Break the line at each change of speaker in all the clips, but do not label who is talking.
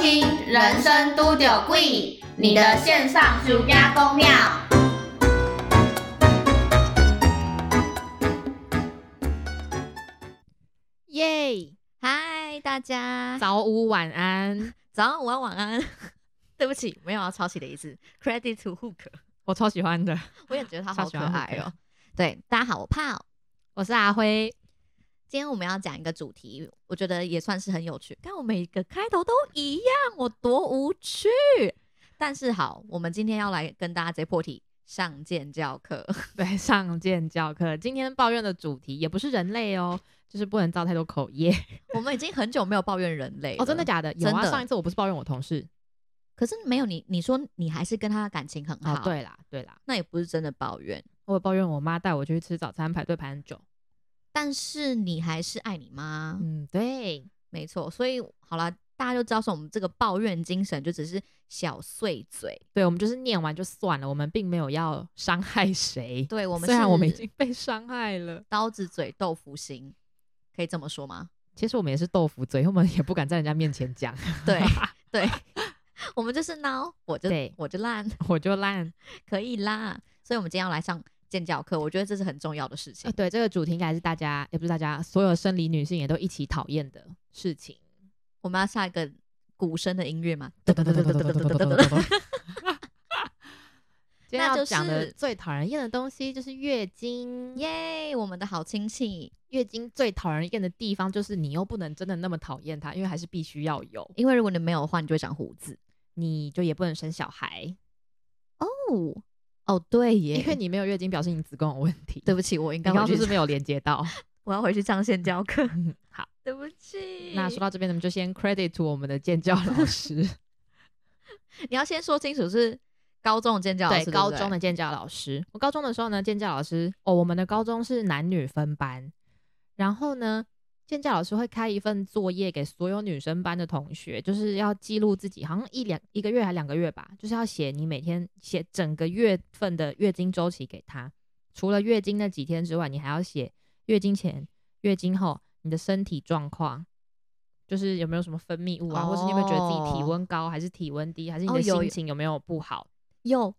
听《人生都有贵》，你的线上暑假公庙。
耶！
嗨，大家
早午晚安，
早安、午安、晚安。 对不起，没有要抄袭的意思。Credit to Hook，
我超喜欢的，
我也觉得他
超
好
喜
可
欢
爱
Hook
哦。对，大家好，我泡。
我是阿辉。
今天我们要讲一个主题，我觉得也算是很有趣。看我每个开头都一样，我多无趣。但是好，我们今天要来跟大家直接破题，上剑教课。
对，上见教课，今天抱怨的主题也不是人类哦，就是不能造太多口业。
我们已经很久没有抱怨人类
哦，真的
了？
假的？有啊，
真的
上一次我不是抱怨我同事
可是没有你，你说你还是跟他感情很好，
哦，，对啦，对啦，
那也不是真的抱怨。
我有抱怨我妈带我去吃早餐排队排很久。
但是你还是爱你妈，
嗯，对，
没错。所以好啦，大家就知道说我们这个抱怨精神就只是小碎嘴，
对，我们就是念完就算了，我们并没有要伤害谁。
对我们
虽然
是
我们已经被伤害了，
刀子嘴豆腐心，可以这么 说吗？
其实我们也是豆腐嘴，我们也不敢在人家面前讲，
对对， 我们就是孬，我就
对
我就烂，
我就烂。
可以啦。所以我们今天要来上健教课，我觉得这是很重要的事情。
啊，对，这个主题应该是大家，也不是大家，所有生理女性也都一起讨厌的事情。
我们要下一个鼓声的音乐嘛？
今天
那
要
就
讲的
是
最讨人厌的东西就是月经。
耶，我们的好亲戚，
月经最讨人厌的地方就是你又不能真的那么讨厌它，因为还是必须要有，
因为如果你没有的话，你就会长胡子
你就也不能生小孩，
哦。哦，对耶，
因为你没有月经，表示你子宫有问题。
对
不
不起，我应
你
该
刚刚
回
就
去
是没有连接到。嗯
我要回去上线教 课。
好，
对不起，
那说到这边，我们就先 credit to 我们的建教老师，
你要先说清楚是高中的建教老师，
对，
对不
高
对
中的建教老师。我高中的时候呢，建教老师哦，我们的高中是男女分班，然后呢，建教老师会开一份作业给所有女生班的同学，就是要记录自己，好像一两一个月还两个月吧，就是要写你每天写整个月份的月经周期给他。除了月经那几天之外，你还要写月经前、月经后你的身体状况。就是有没有什么分泌物啊，或是你有没有觉得自己体
哦
温高，还是体温低，还是你
哦
的
有
心情有没有不好？
有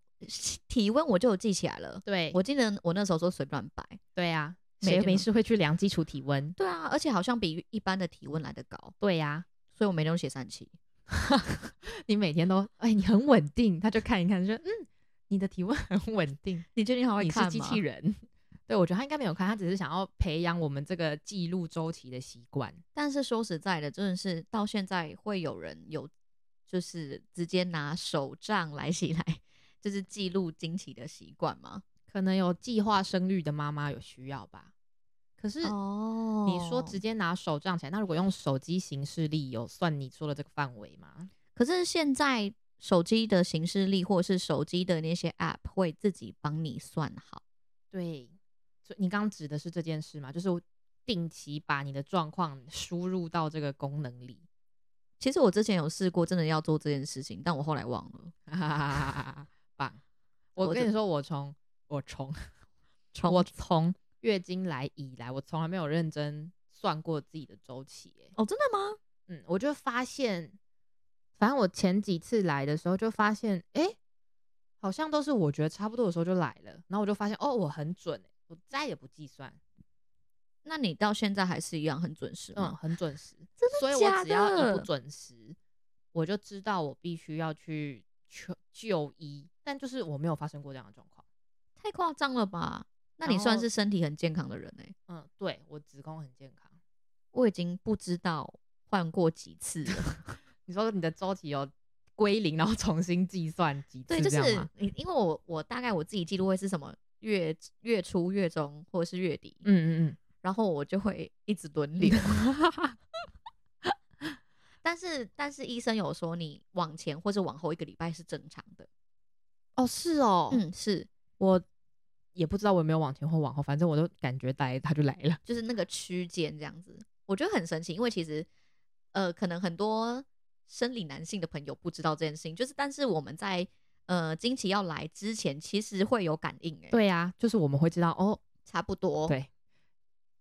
体温，我就有记起来了。
对，
我记得我那时候说随便乱摆，
对啊，
每
谁
天
没
都
事会去量基础体温？
对啊，而且好像比一般的体温来得高，
对呀、
所以我每天都写三七。
你每天都哎、你很稳定，他就看一看，就说嗯，你的体温很稳定，
你确定还
你是机器？人。 对，我觉得他应该没有看，他只是想要培养我们这个记录周期的习惯。
但是说实在的，真的是到现在会有人有，就是直接拿手杖来 洗来，就是记录经期的习惯吗？
可能有计划生育的妈妈有需要吧。可是
哦
你说直接拿手杖起来，那如果用手机行事历，有算你说的这个范围吗？
可是现在手机的行事历或者是手机的那些 App 会自己帮你算好，
对，所以你刚刚指的是这件事吗？就是定期把你的状况输入到这个功能里。
其实我之前有试过，真的要做这件事情，但我后来忘了。
啊， 棒！我
我
跟
这
你说，我从我从
从
我 从月经来以来，我从来没有认真算过自己的周期、欸。
哦，真的吗？
嗯，我就发现，反正我前几次来的时候就发现，哎、好像都是我觉得差不多的时候就来了，然后我就发现，哦，我很准、欸，我再也不计算，
那你到现在还是一样很准时
嗯，
吗？
很准时。
真的
所以
假
我只要一
的
不准时，我就知道我必须要去求就医，但就是我没有发生过这样的状况。
太夸张了吧？那你算
然后
是身体很健康的人哎、
嗯，对我子宫很健康。
我已经不知道换过几次了。
你说你的周期有归零，然后重新计算几次，
对，就
这样
是
吗
你，因为我我大概我自己记录会是什么月月初、月中或者是月底，
嗯嗯
然后我就会一直轮流。
嗯
但是但是医生有说你往前或者往后一个礼拜是正常的。
嗯，哦是哦，
嗯，是，
我也不知道我有没有往前或往后，反正我都感觉来它就来了。
就是那个区间这样子，我觉得很神奇，因为其实呃，可能很多生理男性的朋友不知道这件事情，就是但是我们在呃经期要来之前，其实会有感应、欸，，
对呀、就是我们会知道哦，
差不多，
对，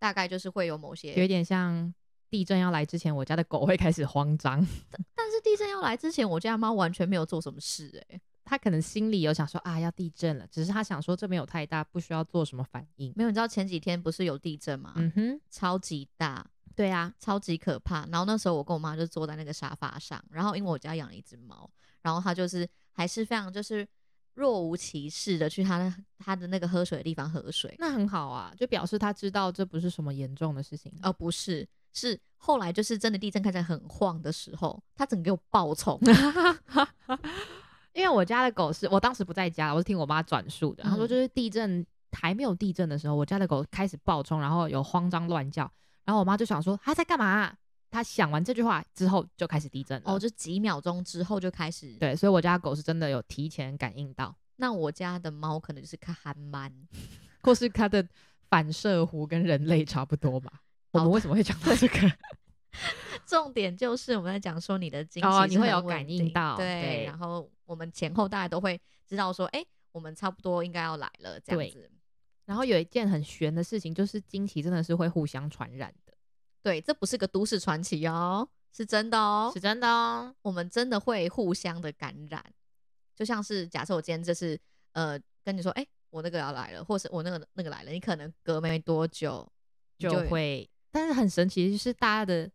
大概就是会有某
有一
些
点像地震要来之前，我家的狗会开始慌张，
但是地震要来之前，我家猫完全没有做什么事、欸，
它可能心里有想说啊要地震了，只是它想说这没有太大，不需要做什么反应。
没有，你知道前几天不是有地震吗？
嗯哼，
超级大，
对啊，
超级可怕。然后那时候我跟我妈就坐在那个沙发上，然后因为我家养了一只猫，然后它就是还是非常就是若无其事的去它的它的那个喝水的地方喝水。
那很好啊，就表示它知道这不是什么严重的事情。
哦，不是，是后来就是真的地震看起来很晃的时候，它整个给我 爆冲。
因为我家的狗是我当时不在家，我是听我妈转述的，她说
嗯
就是地震还没有地震的时候，我家的狗开始暴冲，然后有慌张乱叫，然后我妈就想说它在干嘛啊、她想完这句话之后就开始地震了。
哦，就几秒钟之后就开始。，
对，所以我家狗是真的有提前感应到，
那我家的猫可能就是看憨蛮，
或是它的反射弧跟人类差不多吧。我
好
们
的
为什么会讲到这个？
重点就是我们在讲说你的惊喜、
哦你会有感应到
对，
对
然后我们前后大家都会知道说，哎、我们差不多应该要来了这样
对
子。
然后有一件很悬的事情，就是惊奇真的是会互相传染的，
对，这不是个都市传奇哦，是真的哦
是，真的哦。
我们真的会互相的感染。就像是假设我今天这是呃跟你说，哎、我那个要来了，或是我那个那个来了，你可能隔没多久你
就会，但是很神奇，就是大家的，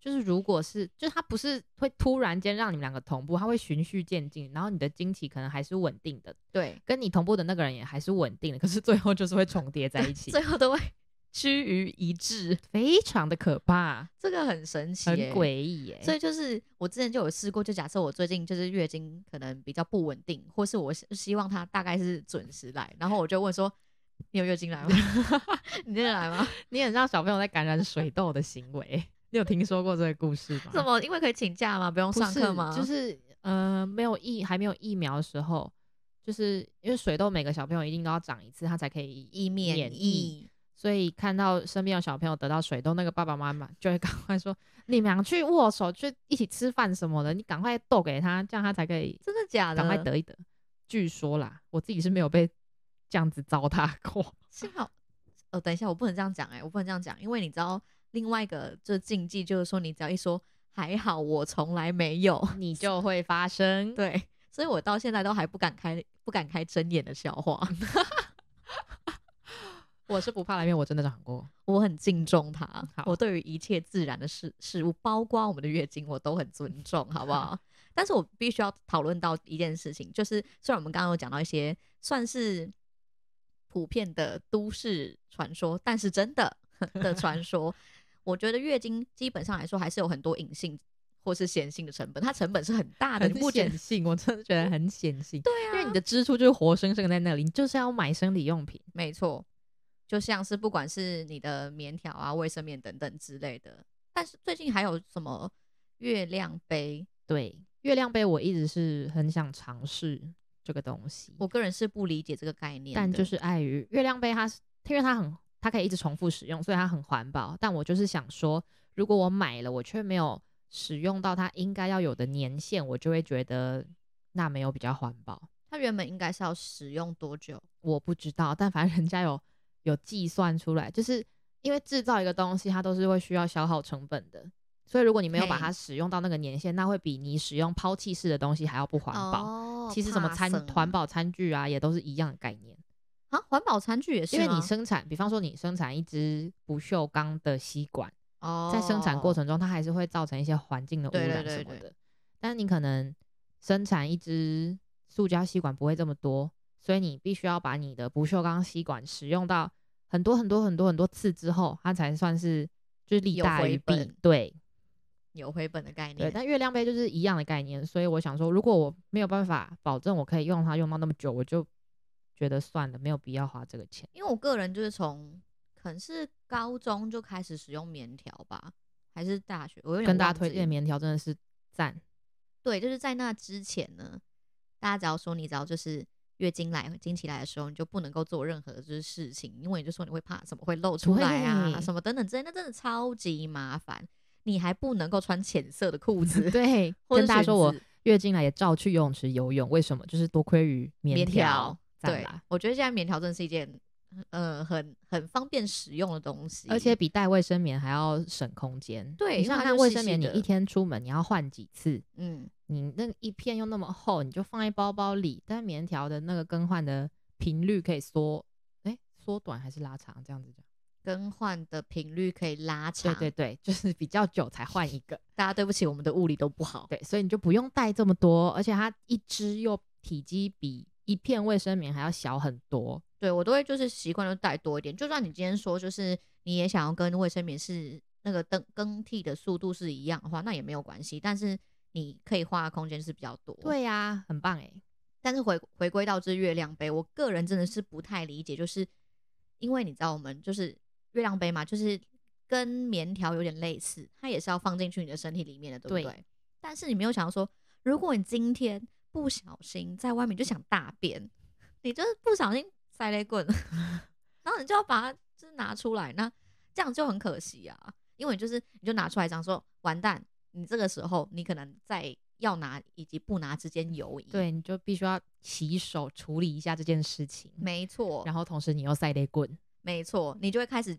就是如果是，就是它不是会突然间让你们两个同步，它会循序渐进，然后你的惊奇可能还是稳定的，
对，
跟你同步的那个人也还是稳定的，可是最后就是会重叠在一起，
最后都会趋于一致，
非常的可怕，
这个很神奇、
很
欸，
诡异耶。
所以就是我之前就有试过，就假设我最近就是月经可能比较不稳定，或是我希希望它大概是准时来，然后我就问说：“你有月经来吗？ 你真的来吗？
你很像小朋友在感染水痘的行为， 你有听说过这个故事吗？
什么？因为可以请假吗？不用
不
上
是
课吗？
就是呃，没有疫还没有疫苗的时候，就是因为水痘每个小朋友一定都要长一次，他才可以
以免
疫。
疫。
所以看到身边有小朋友得到水痘，那个爸爸妈妈就会赶快说：“你们俩去握手，去一起吃饭什么的，你赶快逗给他，这样他才可以
真的假的？
赶快得一得。”据说啦，我自己是没有被这样子糟蹋过。
幸好，呃，等一下，我不能这样讲哎、我不能这样讲，因为你知道另外一个就是禁忌，就是说你只要一说还好我从来没有，
你就会发生
对，所以我到现在都还不敢开不敢开睁眼的笑话，
我是不怕来，因为我真的长过。
我很敬重它
好，
我对于一切自然的事事物，包括我们的月经，我都很尊重，好不好？但是我必须要讨论到一件事情，就是虽然我们刚刚有讲到一些算是普遍的都市传说，但是 真的的传说，我觉得月经基本上来说还是有很多隐性或是显性的成本，它成本是很大的，
很
你不觉得
显性，我真的觉得很显性。
对啊，
因为你的支出就是活生生在那里，你就是要买生理用品。
没错，就像是不管是你的棉条啊、卫生棉等等之类的。但是最近还有什么月亮杯，
对，月亮杯我一直是很想尝试这个东西，
我个人是不理解这个概念的，
但就是碍于月亮杯它是，因为它很它可以一直重复使用，所以它很环保。但我就是想说，如果我买了，我却没有使用到它应该要有的年限，我就会觉得那没有比较环保。
它原本应该是要使用多久？
我不知道，但反正人家有有计算出来，就是因为制造一个东西，它都是会需要消耗成本的。所以如果你没有把
嘿
它使用到那个年限，那会比你使用抛弃式的东西还要不环保。
哦
其实什么
怕
餐
生
环保餐具啊，也都是一样的概念。
啊，环保餐具也是啊
因
吗，
为你生产，比方说你生产一支不锈钢的吸管，
哦，
在生产过程中，它还是会造成一些环境的污
对对
染
对
什么
对
的。但你可能生产一支塑胶吸管不会这么多，所以你必须要把你的不锈钢吸管使用到很多很多很多很多次之后，它才算是就是利
有
大
回
于弊
本。
对
有回本的概
对，
念，
但月亮杯就是一样的概念，所以我想说，如果我没有办法保证我可以用它用到那么久，我就觉得算了，没有必要花这个钱。
因为我个人就是从可能是高中就开始使用棉条吧，还是大学，我有点
跟大家
忘
推
记
荐棉条真的是 赞。
对，就是在那之前呢，大家只要说你只要就是月经来、经期来的时候，你就不能够做任何就是事情，因为你就说你会怕什么会露出来啊，
对
什么等等之类，那真的超级麻烦。你还不能够穿浅色的裤 子，
对，
或者
跟大家
裙
说我
子
月经来也照去游泳池游泳，为什么？就是多亏于棉
棉条
条。赞
对
啦，
我觉得现在棉条真的是一件呃很很方便使用的东西，
而且比带卫生棉还要省空间。
对
你想
因为它
想看
就
卫
细
生
细
棉，你
的
一天出门你要换几次？
嗯，
你那一片又那么厚，你就放在包包里，但棉条的那个更换的频率可以缩，哎、缩短还是拉长？这样子讲。
更换的频率可以拉
对
长。
对对， 就是比较久才换一个。
大家对不起，我们的物理都不好。
对，所以你就不用带这么多，而且它一支又体积比一片卫生棉还要小很多。
对我都会就是习惯就带多一点，就算你今天说就是你也想要跟卫生棉是那个更更替的速度是一样的话，那也没有关系，但是你可以花的空间是比较多。，
对呀、
啊
很棒哎、
但是回回归到这月亮杯，我个人真的是不太理解，就是因为你知道我们就是月亮杯嘛，就是跟棉条有点类似，它也是要放进去你的身体里面的，对不对？
对
但是你没有想到说，如果你今天不小心在外面就想大便，你就是不小心塞雷棍，然后你就要把它就是拿出来，那这样就很可惜啊，因为就是你就拿出来讲说，完蛋，你这个时候你可能在要拿以及不拿之间犹疑，
对，你就必须要洗手处理一下这件事情，
没错，
嗯然后同时你又塞雷棍，
没错，你就会开始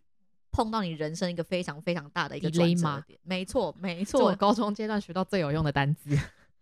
碰到你人生一个非常非常大的一个
Delay
转折
吗
点。没 错，没
这我
错，
高中阶段学到最有用的单词。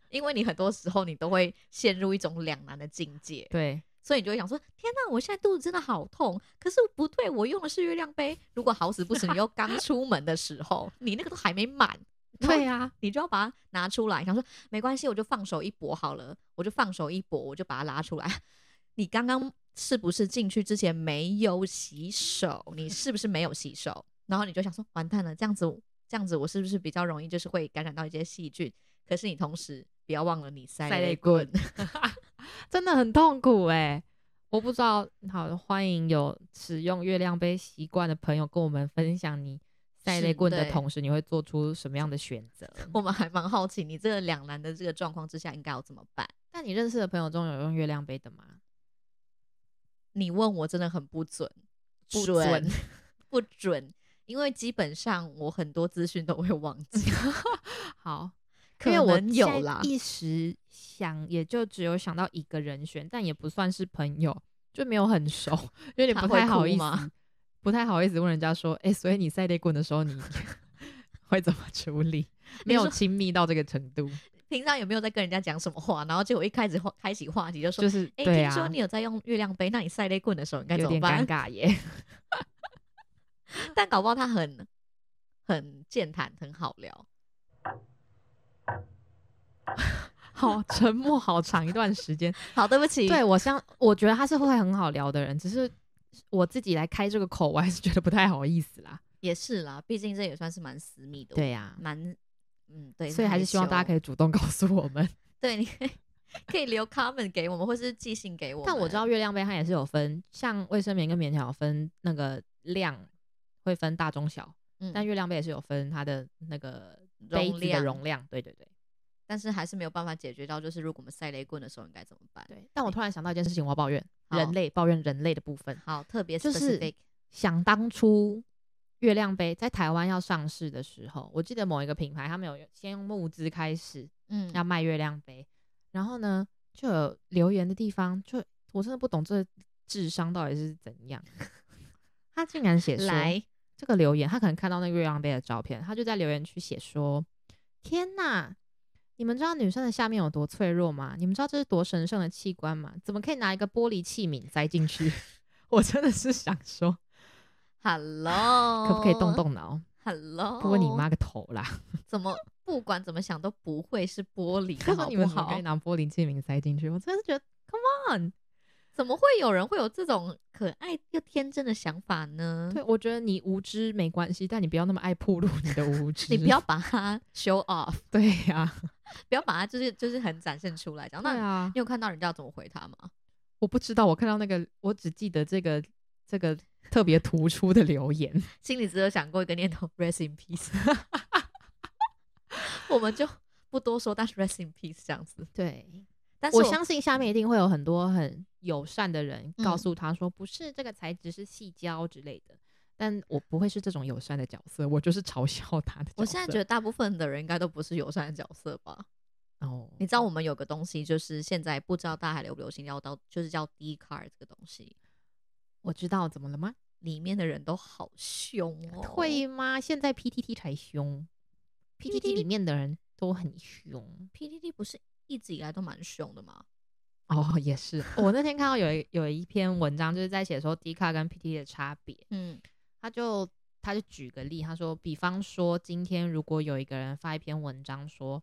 因为你很多时候你都会陷入一种两难的境界，
对，
所以你就会想说：天哪，我现在肚子真的好痛，可是不对，我用的是月亮杯。如果好死不死，你又刚出门的时候，你那个都还没满。
对
呀、你就要把它拿出来，想说没关系，我就放手一搏好了，我就放手一搏，我就把它拉出来。 你刚刚是不是进去之前没有洗手？你是不是没有洗手？然后你就想说，完蛋了，这样子，这样子，我是不是比较容易就是会感染到一些细菌？可是你同时不要忘了你塞
塞
了
了
一
一
棍，
真的很痛苦哎、我不知道，好欢迎有使用月亮杯习惯的朋友跟我们分享你塞
是
雷棍的
对
同时，你会做出什么样的选择？
我们还蛮好奇，你这个两难的这个状况之下应该要怎么办？
但你认识的朋友中有用月亮杯的吗？
你问我真的很不准，
不
准
准，
不准，因为基本上我很多资讯都会忘记，
好，
可
因为我
能有
现在
啦，
一时想也就只有想到一个人选，但也不算是朋友，就没有很熟，有点
他
不
会
太好
哭
意
吗
思，不太好意思问人家说，哎、所以你塞雷棍的时候 你会怎么处理？没有
说
亲密到这个程度，
平常有没有在跟人家讲什么话，然后结果一开始话开启话题就说
就。是
哎、
对
听说
啊
你，有在用月亮杯，那你晒泪棍的时候应该
有
怎么
点尴
办？
尬耶。
但搞不好他很很健谈，很好聊。
好，沉默好长一段时间。
好， 对不起，
对我相，我觉得他是会很好聊的人，只是我自己来开这个口，我还是觉得不太好意思啦。
也是啦，毕竟这也算是蛮私密的，，
对呀、
蛮嗯对，
所以还是希望大家可
以
以主动告诉我们。
对，你 可以可以留 comment 给我们，或是寄信给我们。
但我知道月亮杯它也是有分，像卫生棉跟棉条有分那个量会分大中小，
嗯，
但
但
月亮杯也是有分它的那个
容
杯子的
量
容量。对对对
但是还是没有办法解决到，就是如果我们塞雷棍的时候应该怎么办？，
对。但我突然想到一件事情，我要抱怨
好
人类，抱怨人类的部分。
好，特别
就是
specific
想当初月亮杯在台湾要上市的时候，我记得某一个品牌他们有先用募资开始
嗯，
要卖月亮杯，然后呢就有留言的地方，就我真的不懂这智商到底是怎样。 他竟然写说，
来，
这个留言，他可能看到那个月亮杯的照片，他就在留言区写说：“天呐，你们知道女生的下面有多脆弱吗？你们知道这是多神圣的器官吗？怎么可以拿一个玻璃器皿塞进去？” 我真的是想说，
Hello，
可不可以
哦
动动脑，
？Hello，
拨你妈个头啦！
怎么不管怎么想都不会是玻璃
他
的，
说
好
你
不
们怎么
好
可以？拿玻璃器皿塞进去？我真的是觉得，Come on！
怎么会有人会有这种可爱又天真的想法呢？
对，我觉得你无知没关系，但你不要那么爱暴露 你的无知。
你不要把它 show off，
对呀、
不要把它就是就是很展现出来。这样，
对
那
啊，
你有看到人家怎么回他吗？
我不知道，我看到那个，我只记得这个这个特别突出的留言。
心里只有想过一个念头，rest in peace。我们就不多说，但是 rest in peace 这样子。
对，
但是
我
我
相信下面一定会有很多很友善的人
嗯
告诉他说，不是这个材质是细胶之类的。但我不会是这种友善的角色，我就是嘲笑他的角色。
我现在觉得大部分的人应该都不是友善的角色吧？
得，哦，
你知道我们有个东西，就是现在不知道大家还流不流行，要到就是叫 D card 这个东西。
我知道怎么了吗？
里面的人都好凶哦。
会吗？现在 PTT 才凶，PTT 里面的人都很凶。
PDD 不是一直以来都蛮凶的吗？
哦，也是。我那天看到有一有一篇文章，就是在写说 D 卡跟 PTT 的差别。
嗯
他就他就举个例，他说，比方说今天如果有一个人发一篇文章说，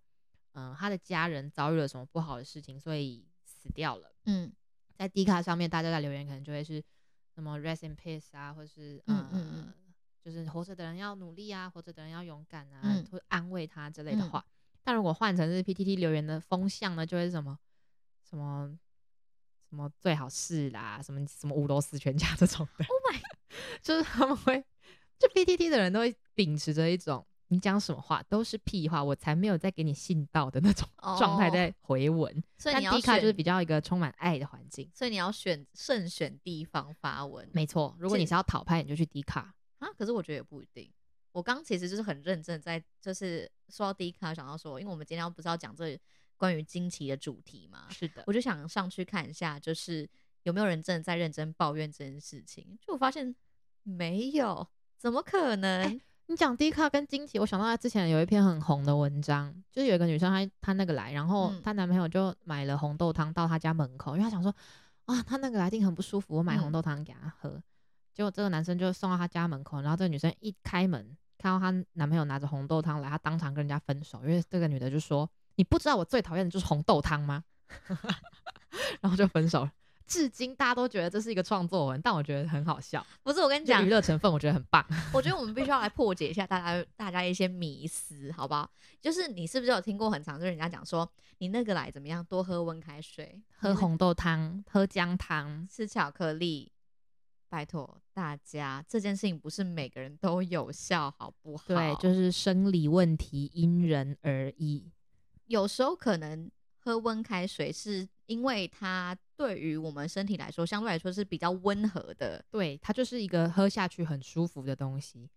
嗯、他的家人遭遇了什么不好的事情，所以死掉了，
嗯
在 D 卡上面，大家在留言可能就会是什么 rest in peace 啊，或是
嗯
呃、
嗯嗯
就是活着的人要努力啊，活着的人要勇敢啊，
嗯
会安慰他之类的
嗯
话。但如果换成是 PTT 留言的风向呢，就会是什么什么什么最好是啦，什么什么五楼死全家这种的。
，Oh my，
就是他们会，就 PTT 的人都会秉持着一种你讲什么话都是屁话，我才没有在给你信道的那种
哦
状态在回文。
所以
但
你要
D 卡
选，
就是比较一个充满爱的环境。
所以你要选慎选地方发文
没错，如果
这
你是要讨拍，你就去 D 卡。
啊。可是我觉得也不一定。我刚其实就是很认真地在，就是说到 D 卡，想到说，因为我们今天不是要讲这关于惊奇的主题嘛，
是的，
我就想上去看一下，就是有没有人真的在认真抱怨这件事情。就我发现没有，怎么
哎
可能？
你讲 D 卡跟惊奇，我想到之前有一篇很红的文章，就是有一个女生她她那个来，然后
嗯
她男朋友就买了红豆汤到她家门口，因为她想说啊，她那个来一定很不舒服，我买
嗯
红豆汤给她喝。结果这个男生就送到她家门口，然后这个女生一开门，看到她男朋友拿着红豆汤来，她当场跟人家分手，因为这个女的就说：“你不知道我最讨厌的就是红豆汤吗？” 然后就分手了。至今大家都觉得这是一个创作文，但我觉得很好笑，
不是我跟你
就
讲
娱，乐成分我觉得很棒。
我觉得我们必须要来破解一下大家大家一些迷思，好不好？就是你是不是有听过很常就是人家讲说，你那个来怎么样，多喝温开水，
喝
你那
红豆汤，喝姜汤，
吃巧克力。拜托大家，这件事情不是每个人都有效，好不好？
对，就是生理问题因人而异。
有时候可能喝温开水是因为它对于我们身体来说，相对来说是比较温和的，
对，它就是一个喝下去很舒服的东西，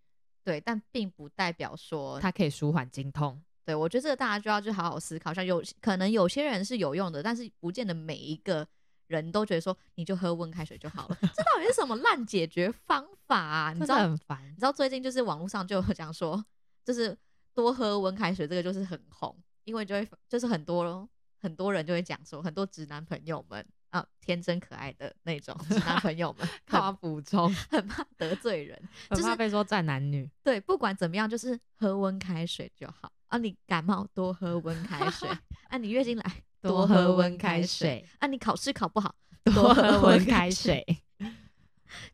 对，但并不代表说
它可以舒缓经痛。
对，我觉得这个大家就要去好好思考一下。有可能有些人是有用的，但是不见得每一个人都觉得说你就喝温开水就好了。这到底是什么烂解决方法啊？你
真
知
的
道，
很
你
烦，
知道最近就是网络上就有讲说，就是多喝温开水这个就是很红，因为就会就是很多很多人就会讲说，很多直男朋友们啊，天真可爱的那种直男朋友们，
靠
很
补充，
很怕得罪人，
很
就是
怕被说站男女。
对，不管怎么样，就是喝温开水就好啊。你感冒多喝温开 水啊，你月经来多喝温开水，啊，你考试 考不好
多 喝温开
开，
水。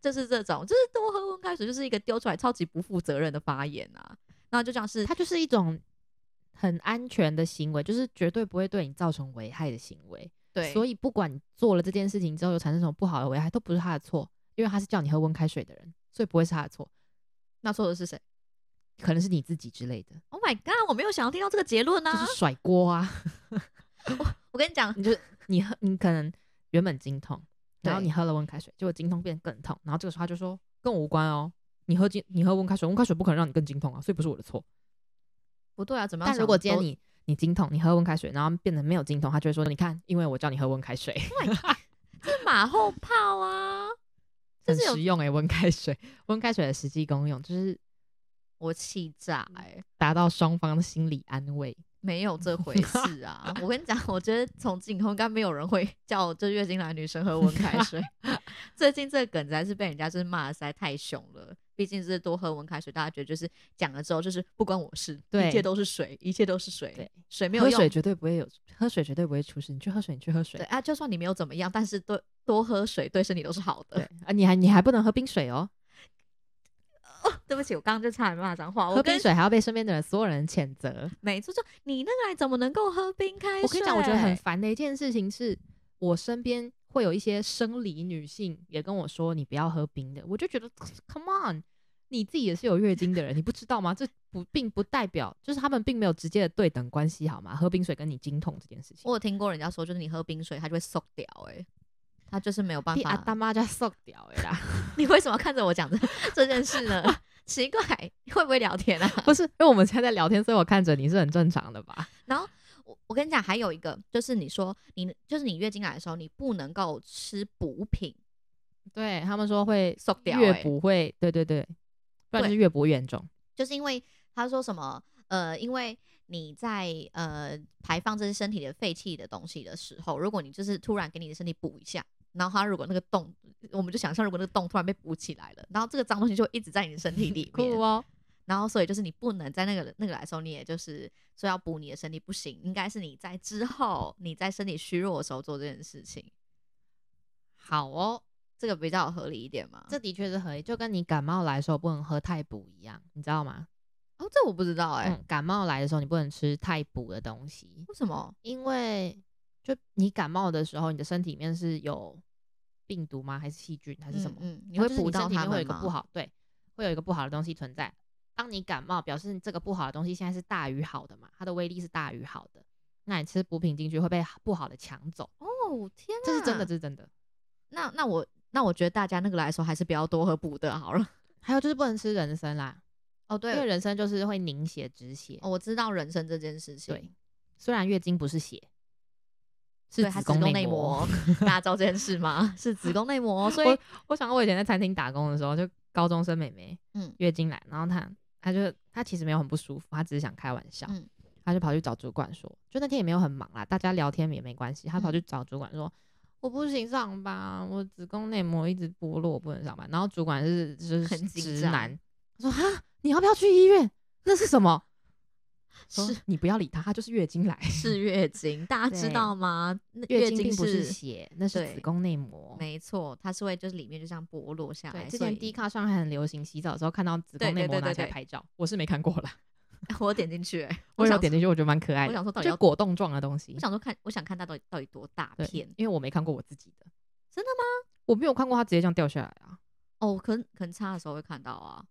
就是这种，就是多喝温开水，就是一个丢出来超级不负责任的发言啊。然后就像是
它就是一种很安全的行为，就是绝对不会对你造成危害的行为。
对，
所
以
以不管你做了这件事情之后有产生什么不好的危害，都不是他的错，因为他是叫你喝温开水的人，所以不会是他的错，
那说的是谁
可能是你自己之类的，
？Oh my god！我没有想要听到这个结论啊！
就是甩锅啊！
我跟你讲，
你就你喝你可能原本经痛，然后
对
你喝了温开水，结果经痛变更痛，然后这个时候他就说跟我无关哦，你喝经你喝温开水，温开水不可能让你更经痛啊，所以不是我的错。
不对啊，怎么样
但
想都？
如果今天你你经痛，你喝温开水，然后变得没有经痛，他就会说你看，因为我叫你喝温开水，
这是马后炮啊， 这
很
是有
实用诶、温开水，温开水的实际功用就是
我气炸
嗯
哎、
达到双方的心理安慰。
没有这 回事啊！我跟你讲，我觉得从今以后应该没有人会 叫就月经来的女生喝温开水。 最近这个梗实在是被人家就是骂的实在太凶了，毕竟是多喝温开水，大家觉得就是讲了之后就是不关我事，
对
一切都是水，一切都是水
对，
水没有
喝
用。
水绝对不会有，喝水绝对不会出事。你去喝水，你去喝水
对。啊，就算你没有怎么样，但是多多喝水对身体都是好
对
的。
啊，你还你还不能喝冰水哦，
对不起，我刚刚就差点骂脏话。我
喝
跟
冰水还要被身边的人所有人谴责。
没错，就你那个来怎么能够喝冰开水？
我跟你讲，我觉得很烦的一件事情是，我身边会有一些生理女性也跟我说你不要喝冰的，我就觉得 come on，你自己也是有月经的人，你不知道吗？这不并不代表就是他们并没有直接的对等关系，好吗？喝冰水跟你经痛这件事情，
我有听过人家说，就是你喝冰水，它就会馊掉、哎，它就是没有办
你阿
法。
大妈就受掉了啦。
你为什么要看着我讲这这件事呢？ 奇怪，你会不会聊 天啊？
不是，因为我们现在在聊天，所以我看着你是很正常的吧？
然后我我跟你讲，还有一个就是你说你就是你月经来的时候，你不能够吃补品，
对他们说会
缩掉、
越
欸，
补会，对对对，不然
对
就是越补越严重。
就是因为他说什么呃，因为你在呃排放这些身体的废弃的东西的时候，如果你就是突然给你的身体补一下，然后它如果那个洞，我们就想象如果那个洞突然被补起来了，然后这个脏东西就会一直在你的身体里面，
酷哦，
然后所以就是你不能在那个那个来的时候，你也就是说要补你的身体不行，应该是你在之后你在身体虚弱的时候做这件事情，
好哦，
这个比较合理一点嘛？
这的确是合理，就跟你感冒来的时候不能喝太补一样，你知道吗？
哦，这我不知道哎、
嗯，感冒来的时候你不能吃太补的东西，
为什么？
因为就你感冒的时候，你的身体里面是有病毒吗？还是细菌还是什么？
嗯，嗯你
它
会
就是
补
身
到
体里
它
面会有
们
一个
吗？
不好，对，会有一个不好的东西存在。当你感冒，表示这个不好的东西现在是大于好的嘛，它的威力是大于好的。那你吃补品进去会被不好的抢走，
哦，天哪，
这是真的，这是真的。
那那我那我觉得大家那个来说还是不要多喝补的好了。
还有就是不能吃人参啦，
哦，
因为
对，
人参就是会凝血止血。
哦我知道人参这件事情，
对，虽然月经不是血，是
对，它
子
子宫
内
内膜，大家知道这件事吗？ 是子宫内膜，所以
我我想到我以前在餐厅打工的时候，就高中生妹妹，
嗯
月经来，然后她她就她其实没有很不舒服，她只是想开玩笑，
嗯
她就跑去找主管说，就那天也没有很忙啦，大家聊天也没关系，她跑
嗯
去找主管说。我不行上班，我子宫内膜一直剥落，我不能上班。然后主管是就是
很紧
直
张
男，他说哈，你要不要去医院？那是什么？说
是
你不要理他，他就是月经来，
是月经，大家知
对
道吗？那
月
经
并不
是
血，那是
对
子宫内膜。
没错，它是会就是里面就这样剥落下
对，
来。
之
所
前
以
D 卡上还很流行，洗澡的时候看到子
对
宫内
对
膜
对
拿
对
起来
对
拍照，我是没看过啦。
我有点进去、欸，
我有
想
点进去，我觉得蛮可爱
我
的，
想说到底
就
要，
果冻状的东西
我。想说看，我想看它到底到底多大
对
片，，
因为我没看过我自己的，
真的吗？
我没有看过它直接这样掉下来啊。
哦，可能可能擦的时候会看到啊。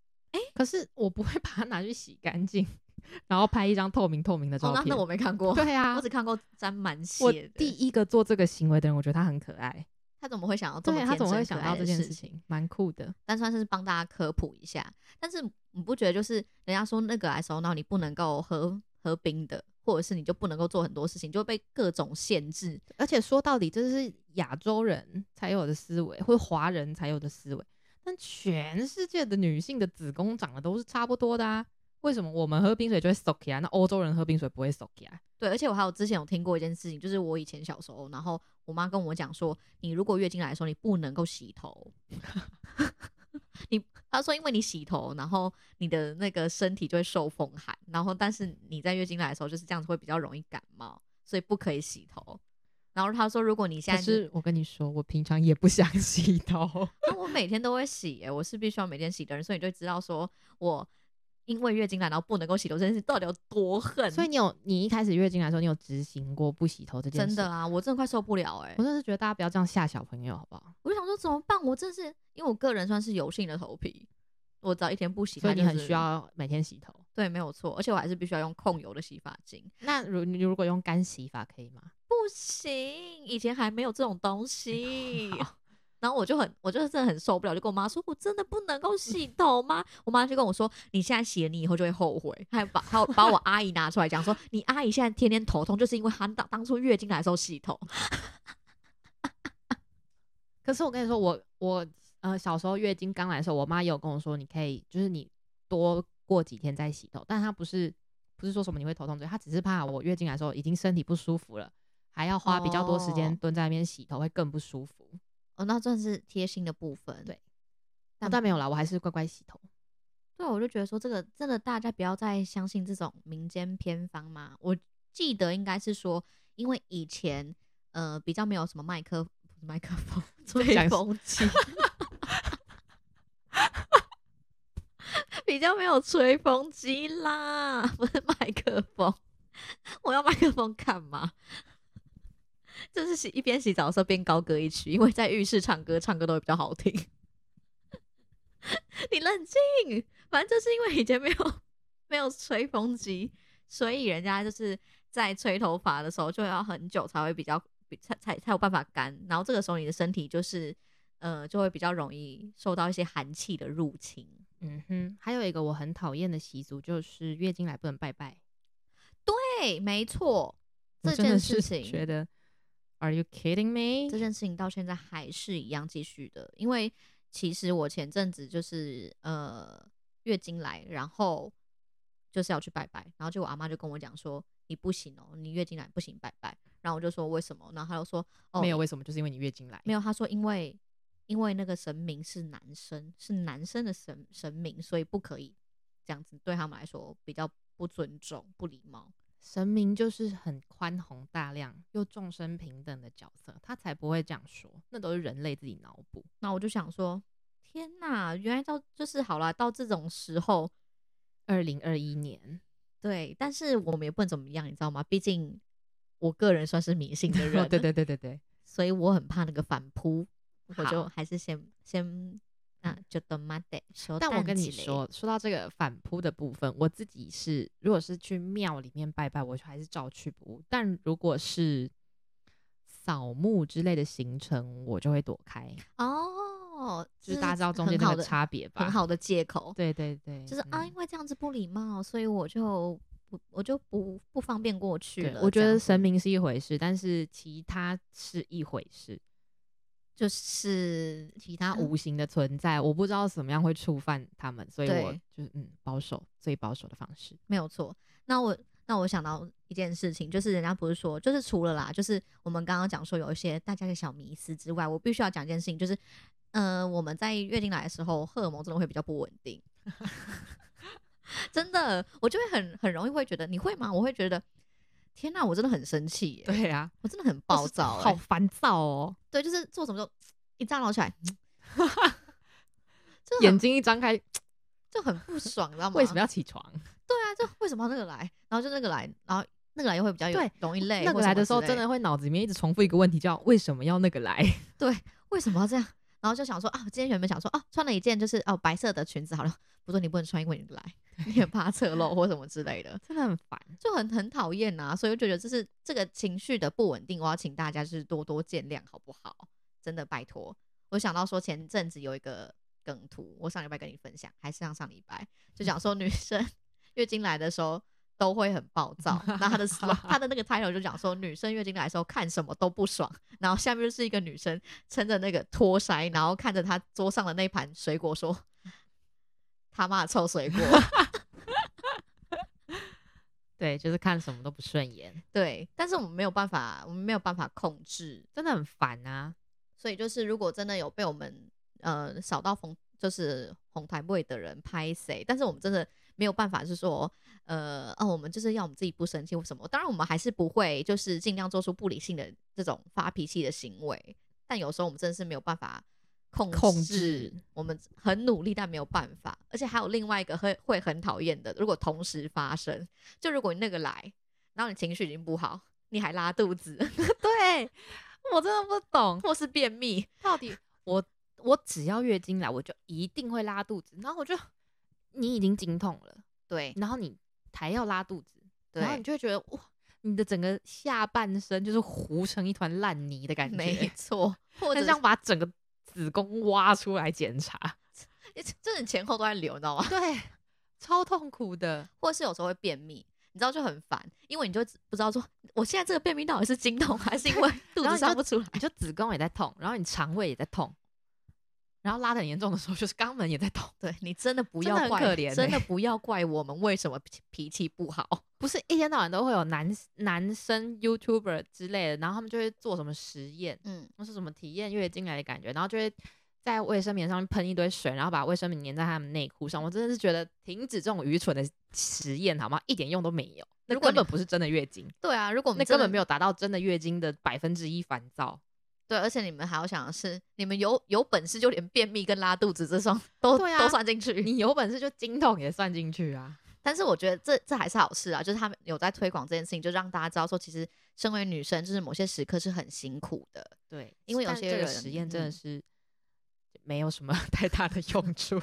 可是我不会把它拿去洗干净， 然后拍一张透明透明的
哦
照，
那
片。
那我没看过，
对啊
我，只看过沾满
我
血
第
的。
一个做这个行为的人，我觉得他很可爱。
他怎么会想到这么
对
天
他
真
总会
可
想
爱
到
的
这件
事
事？情，蛮酷的。
但算是帮大家科普一下。但是你不觉得就是人家说那个来手脑，你不能够喝喝冰的，或者是你就不能够做很多事情，就会被各种限制。
而且说到底，这是亚洲人才有的思维，或华人才有的思维。但全世界的女性的子宫长得都是差不多的啊，为什么我们喝冰水就会 soak 起来，那欧洲人喝冰水不会 soak 起来？
对，而且我还有之前有听过一件事情，就是我以前小时候，然后我妈跟我讲说，你如果月经来的时候，你不能够洗头。 你她说，因为你洗头，然后你的那个身体就会受风寒，然后但是你在月经来的时候就是这样子会比较容易感冒，所以不可以洗头。然后她说，如果你现
可
在就是
我跟你说，我平常也不想洗头，
那我每天都会洗、耶，我是必须要每天洗的人，所以你就知道说我因为月经来然后不能够洗头这件事到底有多恨。
所以你有你一开始月经来的时候，你有执行过不洗头这件
真
事？
的，啊，我真的快受不了哎、
我真的是觉得大家不要这样吓小朋友，好不好？
我就想说怎么办？我真是因为我个人算是油性的头皮，我只要一天不洗，
所以
它
你
就
很
是
需要每天洗头。
对，没有错，而且我还是必须要用控油的洗发精，
那如你如果用干洗法可以吗？
不行，以前还没有这种东 西。然后我就很，我就真的很受不了，就跟我妈说，我真的不能够 洗头吗？我妈就跟我说，你现在洗了，你以后就会后悔。还把还有把我阿姨拿出来讲说，你阿姨现在天天头痛，就是因为她当当初月经来的时候洗头。
可是我跟你说，我我呃小时候月经刚来的时候，我妈也有跟我说，你可以就是你多过几天再洗头，但她不是不是说什么你会头痛之类，她只是怕我月经来的时候已经身体不舒服了，还要花比较多时间
哦
蹲在那边洗头，会更不舒服。
哦，那算是贴心的部分。
对
但
但没有啦，我还是乖乖洗头。
对，我就觉得说这个真的大家不要再相信这种民间偏方嘛。我记得应该是说，因为以前呃比较没有什么麦克不是麦克风 吹
讲
风机，比较没有吹风机啦，不是麦克风。我要麦克风干嘛？ 就是洗一边洗澡的时候边高歌一曲，因为在浴室唱歌，唱歌都会比较好听。 你冷静，反正就是因为以前没有 没有吹风机，所以人家就是在吹头发的时候就要很久才会比较比才才才有办法干，然后这个时候你的身体就是呃就会比较容易受到一些寒气的入侵。
嗯哼，还有一个我很讨厌的习俗就是月经来不能拜拜，
对，没错，
我
这
真的
件事
是
情
觉得 Are you kidding me？
这件事情到现在还是一样继续的，因为其实我前阵子就是呃月经来，然后就是要去拜拜，然后就我阿妈就跟我讲说你不行哦，你月经来不行拜拜，然后我就说为什么？然后她就说哦
没有为什么，就是因为你月经来。
没有，她说因为因为那个神明是男生，是男生的神神明，所以不可以这样子，对他们来说比较不尊重、不礼貌。
神明就是很宽宏大量又众生平等的角色，他才不会这样说，那都是人类自己脑补。
那我就想说，天呐，原来到就是好啦，到这种时候。
二零二一年，
对，但是我们也不能怎么样，你知道吗？毕竟我个人算是迷信的人，
哦对对对对对，
所以我很怕那个反扑，我就
好
还是先先啊，就等妈得说。
但我跟你，说，说到这个反扑的部分，我自己是如果是去庙里面拜拜，我还是照去不误。但如果是扫墓之类的行程，我就会躲开。
哦，
就
这
是大家知道中
很
间那个
好的
差别吧？
很好的借口，
对对对，
就是啊，
嗯
因为这样子不礼貌，所以我就不我就不不方便过去
对
了。
我觉
这样
得
子
神明是一回事，但是其他是一回事，
就是
其他无形的存在，我不知道怎么样会触犯他们，所以我
对
就是嗯保守，最保守的方式。
没有错。那我那我想到一件事情，就是人家不是说，就是除了啦，就是我们刚刚讲说有一些大家的小迷思之外，我必须要讲一件事情，就是，呃，我们在月经来的时候，荷尔蒙真的会比较不稳定， 真的，我就会很很容易会觉得，你会吗？我会觉得，天哪，我真的很生气、耶，
对 啊，
我真的很暴躁、
好
欸，
烦躁哦，
对，就是做什么都一大早 起来，就
眼
很
睛一张开，
就很不爽，你知道吗？
为什么要起床？
对啊，就为什么要那个来，然后就那个来，然后那个来又会比较有
对
容易累。
那个
或什
来
么
的时候，
之类
真的会脑子里面一直重复一个问题，叫为什么要那个来？
为什么要这样？然后就想说啊，今天原本想说啊，穿了一件就是哦白色的裙子好了，不对，你不能穿，因为你来， 你很怕侧漏或什么之类的，
真的很烦。
就很很讨厌呐。所以我就觉得这是这个情绪的不稳定，我要请大家就是多多见谅，好不好？真的拜托。我想到说前阵子有一个梗图，我上礼拜跟你分享，还是上上礼拜，就讲说女生月经来的时候。都会很暴躁，然后他的 slo- 他的那个 title 就讲说，女生月经来的时候看什么都不爽，然后下面就是一个女生撑着那个拖筛，然后看着她桌上的那盘水果说：“ 他妈的臭水果。”
对，就是看什么都不顺眼，
对，但是我们没有办法，我们没有办法控制，
真的很烦啊。
所以就是如果真的有被我们呃扫到红，就是红台位的人拍谁，但是我们真的没有办法是说，呃，哦，我们就是要我们自己不生气或什么。当然，我们还是不会就是尽量做出不理性的这种发脾气的行为，但有时候我们真的是没有办法。控制
控制
我们很努力，但没有办法。而且还有另外一个会会很讨厌的，如果同时发生，就如果你那个来，然后你情绪已经不好，你还拉肚子，
对，我真的不懂，
或是便秘，
到底我我只要月经来，我就一定会拉肚子，然后我就你已经经痛了，
对
然后你还要拉肚子，然后
对
你就会觉得哇，你的整个下半身就是糊成一团烂泥的感
没
觉，
错，或者
很
像
想把整个子宫挖出来检查，
真的前后都在流，你知道吗？
对，超痛苦的。
或是有时候会便秘，你知道就很烦，因为你就不知道说我现在这个便秘到底是经痛还是因为 肚
然后你
子
就
上不出来。
你就子宫也在痛，然后你肠胃也在痛，然后拉的很严重的时候，就是肛门也在痛，
对你真的不
真
要
的很
怪，
可怜
真
欸
的不要怪我们为什么脾脾气不好。
不是一天到晚都会有男男生 YouTuber 之类的，然后他们就会做什么实验，
嗯，
或是什么体验月经来的感觉，然后就会在卫生棉上面喷一堆水，然后把卫生棉粘在他们内裤上。我真的是觉得停止这种愚蠢的实验好吗？一点用都没有，那
如果
根
你
本不是真的月经，
对啊，如果我
那
们
根本没
有
有达到真的月经的百分之一烦躁。
对，而且你们还要想的是，你们有有本事就连便秘跟拉肚子这双都、
对啊
都算进去。
你有本事就经痛也算进去啊！
但是我觉得这这还是好事啊，就是他们有在推广这件事情，就让大家知道说，其实身为女生，就是某些时刻是很辛苦的。
对，
因为有
但
些
这个
人
实验真的
嗯
是没有什么 太大的 用处。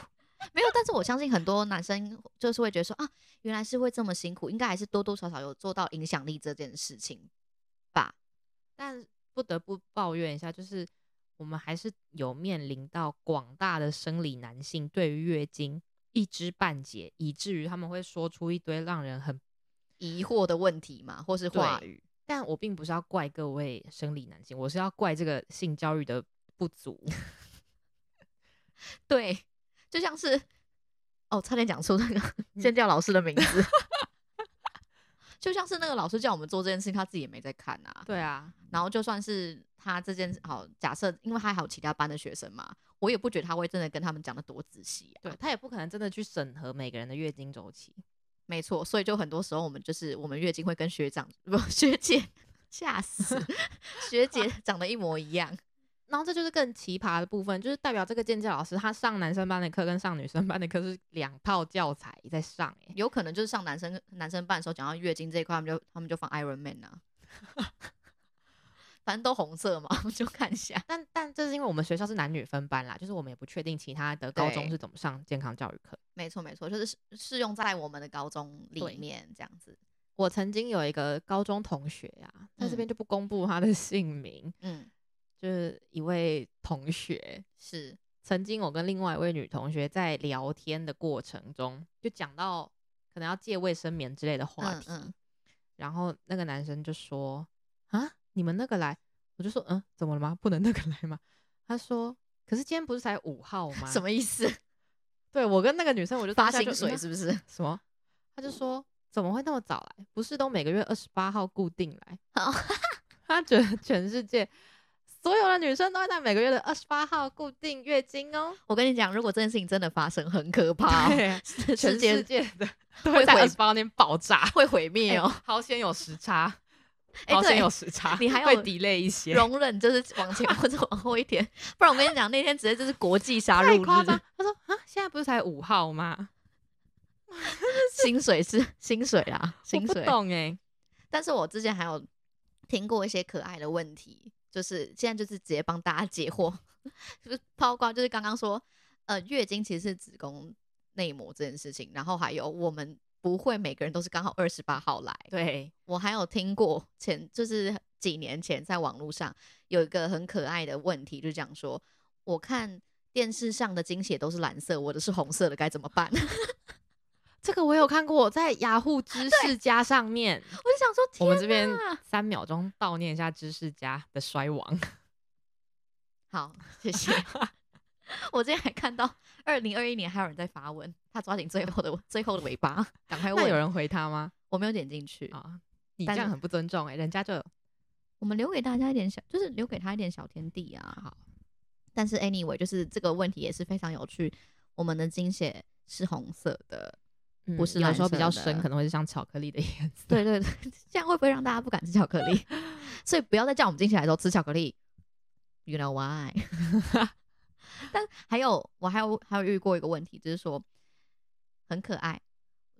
没有，但是我相信很多男生就是会觉得说啊，原来是会这么辛苦，应该还是多多少少有做到影响力这件事情吧。
但不得不抱怨一下，就是我们还是有面临到广大的生理男性对于月经一知半解，以至于他们会说出一堆让人很……
疑惑的问题嘛，或是话
对
语，
但我并不是要怪各位生理男性，我是要怪这个性教育的不 足。
对，就像是哦，差点讲出那个
嗯
尖叫老师的名字， 就像是那个老师叫我们做这件事情，他自己也没在看啊。
对 啊，
然后就算是他这件好，假设因为他还有其他班的学生嘛，我也不觉得他会真的跟他们讲的多仔细、啊。
对，他也不可能真的去审核每个人的月经周期。
没错，所以就很多时候我们就是我们月经会跟学长不 学姐吓死，学 姐长得一模一样。
然后这就是更奇葩的部分，就是代表这个建教老师他上男生班的课跟上女生班的课是两套教材在上、欸，
有可能就是上男生男生班的时候讲到月经这一块，他们就他们就放 Iron Man 啊，反正都红色嘛， 我们就看一下。
但但这是因为我们学校是男女分班啦，就是我们也不确定其他的高中
对
是怎么上健康教育课。
没错没错，就是适适用在我们的高中
对
里面这样子。
我曾经有一个高中同学啊，在这边
嗯
就不公布他的 姓名，
嗯，
就是一位同学，
是
曾经我跟另外一位女同学在聊天的过程中，就讲到可能要借卫生棉之类的话
嗯
题，
嗯
然后那个男生就说：“啊，你们那个来？”我就说：“嗯，怎么了吗？不能那个来吗？”他说：“可是今天不是才五 号吗？”
什？么意思？
对我跟那个女生，我就
发
当下
薪
就
水
嗯
是不是？
什么？他就说：“怎么会那么早来？不是都每个月二十八号固定 来？”
哦
他觉得全世界所有的女生都会在每个月的二十八号固定月经 哦。
我跟你讲，如果这件事情真的发生，很可怕、哦，
对，
世
全
界
世界的 都
会
会在
毁
二十八号那天爆炸。
会毁灭
哎
哦。
好险有时差，
哎
好险
对
有时差，
你还
会
有
delay 一些，
容忍就是往前 或者往后一点，不然我跟你讲，那天直接就是国际杀
太
戮
夸张
日，。
他说啊，现在不是才五号吗？
薪水是薪水啦，
我
薪
不
水。啊
懂哎、
但是我之前还有听过一些可爱的问题，就是现在就是直接帮大家解惑， 就是包括就是刚刚说，呃，月经其实是子宫内膜这件事情，然后还有我们不会每个人都是刚好二十八号来，
对，
我还有听过前就是几年前在网络上有一个很可爱的问题，就讲说，我看电视上的经血都是蓝色，我的是红色的，该怎么办？我就
这个我有看过，我在雅虎知识家上面，
想说，
我
天
们这边
哪
三秒钟悼念一下知识家的衰 亡。
好，谢谢。 我之前还看到二零二一年还有人在发问，他抓紧最后的最后的尾巴，赶快
那有
问。
人回他吗？
我没有点进去，
啊，你这
但
样
是
很不尊重哎、人家就
我们留给大家一点小，就是留给他一点小天地啊。
好，
但是 anyway，就是这个问题也是非常有趣。我们的经血是红色的，
嗯
不是
有
蓝
时候比
色
较
的
深，可能会是像巧克力的颜色。
对对对， 这样会不会让大家不敢吃巧克力？ 所以不要再叫我们进起来的时候吃巧克力。You know why？但还有，我还有还有遇过一个问题，就是说很可爱，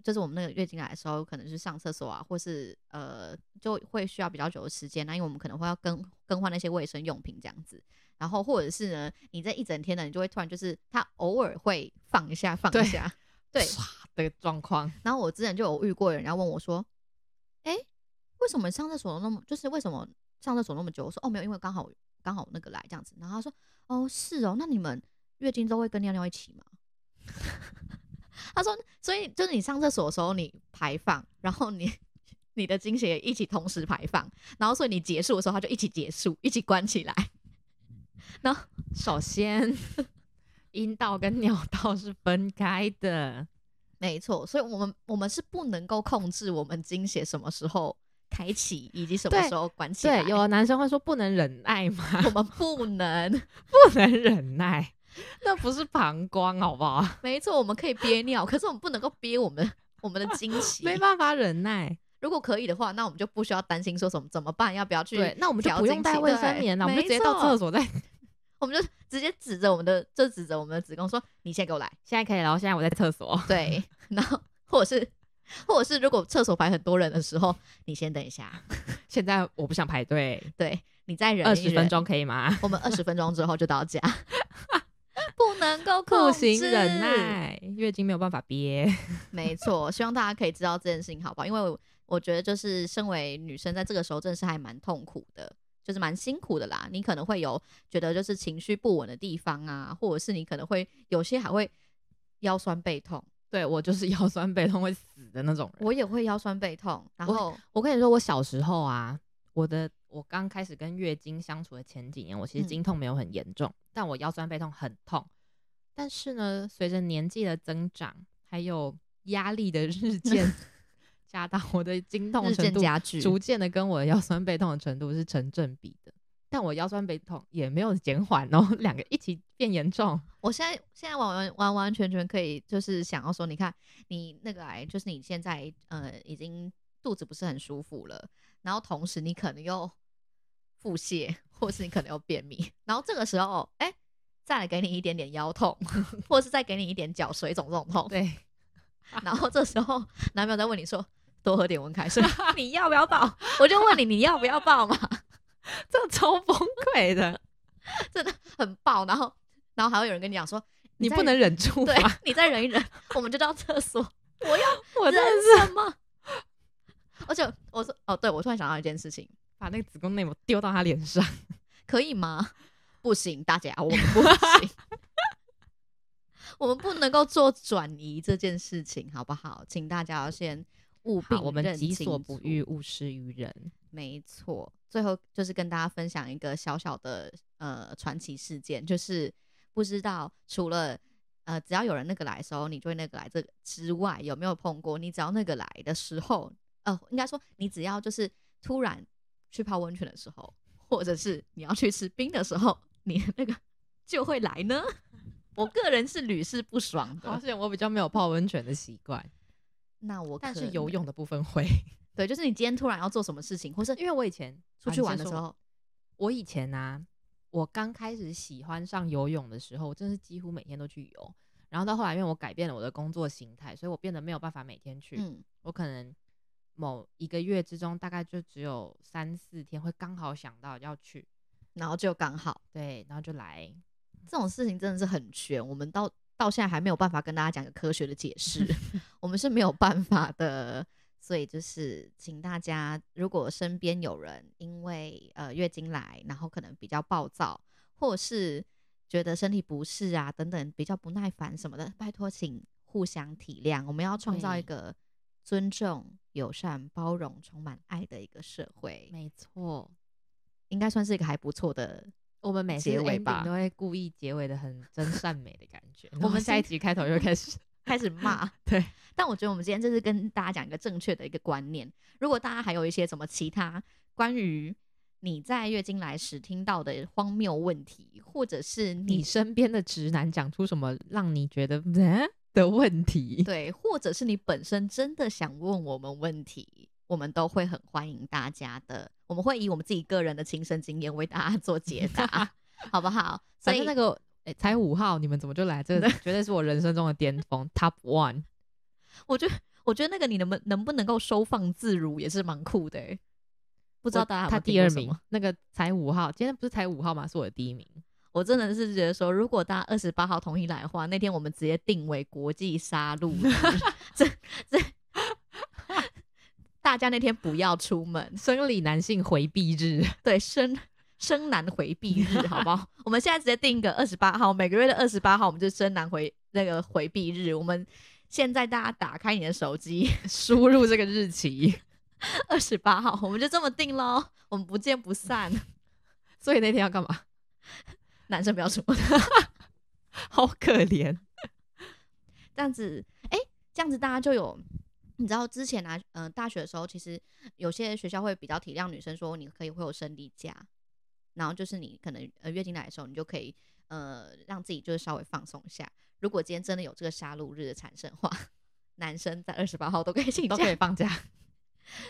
就是我们那个月经来的时候，可能是上厕所啊，或是呃，就会需要比较久的时间。那因为我们可能会要更更换那些卫生用品这样子，然后或者是呢，你这一整天呢，你就会突然就是它偶尔会放一下放
对
一下，对，
的状况，
然后我之前就有遇过人家问我说：“哎、为什么上厕所那么就是为什么上厕所那么久？”我说：“哦，没有，因为刚好刚好那个来这样子。”然后他说：“哦，是哦，那你们月经都会跟尿尿一起吗？” 他说：“所以就是你上厕所的时候你排放，然后你你的经血也一起同时排放，然后所以你结束的时候它就一起结束，一起关起来。
首 先阴道跟尿道是分开的，
没错，所以我们我们是不能够控制我们经血什么时候开启以及什么
对
时候关起来。
对，有的男生会说不能忍耐嘛，
我们不能，
不能忍耐，那不是膀胱好不好？
没错，我们可以憋尿，可是我们不能够憋我们我们的惊喜。
没办法忍耐，
如果可以的话，那我们就不需要担心说什么怎么办，要不要去？
对，那我们就
调
不
经
用带
期
卫
对
生棉了，我们就直
没
接到厕所
错
再。
我们就直接指着我们的，就指着我们的子宫说：“你先给 我来。
现在可以了，现在我在厕所”。
对， 然后或者是或者是如果厕所排很多人的时候，你先等一下，
现在我不想排队，
对你再忍
二
一
十
忍
分，钟可以吗？
我们二十分钟之后就到家，不能够
不
控制
行，忍耐，月经没有办法憋。
没错，希望大家可以知道这件事情，好不好？因为我我觉得，就是身为女生，在这个时候真的是还蛮痛苦的，就是蛮辛苦的啦。你可能会有觉得就是情绪不稳的地方啊，或者是你可能会有些还会腰酸背痛，
对我就是腰酸背痛会死的那种人。
我也会腰酸背痛。然
我
后
我跟你说，我小时候啊，我的我刚开始跟月经相处的前几年，我其实
嗯
经痛没有很严重，但我腰酸背痛很痛。但是呢，随着年纪的增长，还有压力的日 渐加大，我的经痛
日
程
渐
度
加剧，
逐渐的跟我的腰酸背痛的程度是成正比的。但我腰酸背痛也没有减缓哦，两个一起变严重。
我现在现在完完完完全全可以，就是想要说，你看你那个癌，就是你现在呃已经肚子不是很舒服了，然后同时你可能又腹泻，或是你可能又便秘，然后这个时候，哎、再来给你一点点腰痛， 或是再给你一点脚水肿这种痛，
对，
然后这时候男朋友在问你说。多喝点温开 水，你要不要抱？我就问你，你要不要抱嘛？
这超崩溃的，
真的很抱，然后，然后还会有人跟你讲说，
你
再
不能忍住
对
吧？，
你再忍一忍，我们就到厕所。我要
我真
忍
的是
什么？ 而且我说哦，对我突然想到一件事情，
把那个子宫内膜丢到他脸上。
可以吗？不行，大家，我们不行， 我们不能够做转移这件事情，好不好？请大家要先务必
好，我们
认
己
清
所不
楚
欲，勿施于人。
没错，最后就是跟大家分享一个小小的呃传奇事件，就是不知道除了呃只要有人那个来的时候，你就会那个来这个之外，有没有碰过？你只要那个来的时候，呃，应该说你只要就是突然去泡温泉的时候，或者是你要去吃冰的时候，你的那个就会来呢。 我个人是屡试不爽
好
的，
险，我比较没有泡温泉的习惯，
那我
但
可
是游
能
泳的部分会，
对，就是你今天突然要做什么事情，或 是啊
因为我以前
出去玩的时，
啊你先说
候，
我以前啊，我刚开始喜欢上游泳的时候，我真的是几乎每天都去游。然后到后来，因为我改变了我的工作形态，所以我变得没有办法每天去。
嗯，
我可能某一个月之中，大概就只有三四天会刚好想到要去，
然后就刚好。
对，然后就来。
这种事情真的是很悬，我们到到现在还没有办法跟大家讲个科学的解释，我们是没有办法的。所以就是，请大家如果身边有人因为呃月经来，然后可能比较暴躁，或是觉得身体不适啊等等，比较不耐烦什么的，拜托请互相体谅。我们要创造一
对
个尊重、友善、包容、充满爱的一个社会，
没错，
应该算是一个还不错的
我们每次
结尾
ending
吧
都会故意结尾的很真善美的感 觉。
后
我们下一
先
集开头就开始
开始骂。
对，
但我觉得我们今天这是跟大家讲一个正确的一个观念。如果大家还有一些什么其他关于你在月经来时听到的荒谬问题，或者 是
你
你
身边的直男讲出什么让你觉得嗯的问题。
对，或者是你本身真的想问我们问题，我们都会很欢迎大家的。我们会以我们自己个人的亲身经验为大家做解 答，好不好？所
反
以
正那个诶才五号，你们怎么就来？ 这个绝对是我人生中的巅峰，Top One。
我觉得，我觉得那个你能不能不能够收放自如，也是蛮酷的欸、不
不
知道大家有没有
他
听
第
过
二
什
名
么，
那个才五号，今天不是才五号吗？是我的第一名。
我真的是觉得说，如果大家二十八号同意来的话，那天我们直接定为国际杀戮 日这这， 大家那天不要出门，
生理男性回避日，
对生生男回避 日，好不好？我们现在直接定一个二十八号，每个月的二十八号，我们就生男回那个回避日。我们现在大家打开你的手机，
输入这个日期，
二十八号，我们就这么定喽，我们不见不散。
所以那天要干 嘛？
男生不要出门。
好可怜。
这样子，哎、这样子大家就有，你知道之前啊，嗯、大学的时候，其实有些学校会比较体谅女生，说你可以会有生理假，然后就是你可能呃月经来的时候，你就可以呃让自己就是稍微放松一下。如果今天真的有这个杀戮日的产生的话， 男生在二十八号都可以请
都可以
假，
放假，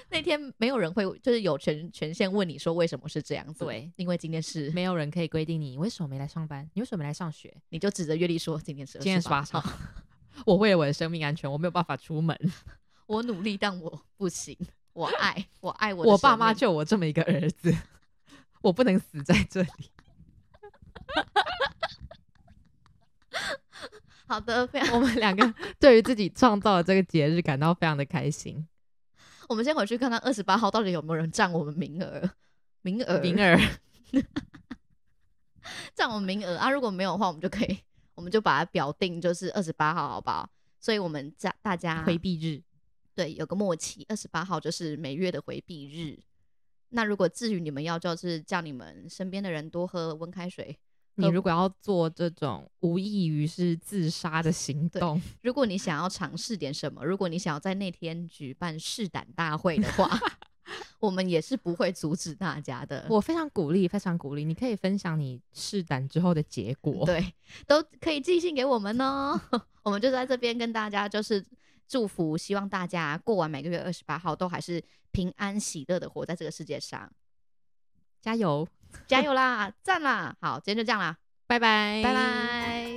那天没有人会就是有权权限问你说为什么是这样子，
对，
因为今天是
没有人可以规定你为什么没来上班，你为什么没来上学。
你就指着月历说今天是
今天是八
28
号， 我为了我的生命安全，我没有办法出门。
我努力但我不行，我爱我爱我
我
的
爸
生
妈
命
就我这么一个儿子， 我不能死在这里。
好的，非 常
我们两个 对于自己创造的这个节日感到非常的开心。
我们先回去看看二十八号到底有没有人占我们名额，名额，
名儿，
占我们名额啊！如果没有的话，我们就可以，我们就把它表定就是二十八号，好不好？所以我们家大家
啊回避日，
对有个默契，二十八号就是每月的回避日。那如果至于你们要，就是叫你们身边的人多喝温开水。
你
呃
如果要做这种无异于是自杀的行
对
动，
如果你想要尝试点什么，如果你想要在那天举办试胆大会的话，我们也是不会阻止大家的。
我非常鼓励，非常鼓励。你可以分享你试胆之后的结果。，
对，都可以寄信给我们哦。 我们就在这边跟大家就是祝福，希望大家过完每个月二十八号都还是平安喜乐的活在这个世界上，
加油，
加油啦，赞啦！好，今天就这样啦，
拜拜，
拜。拜。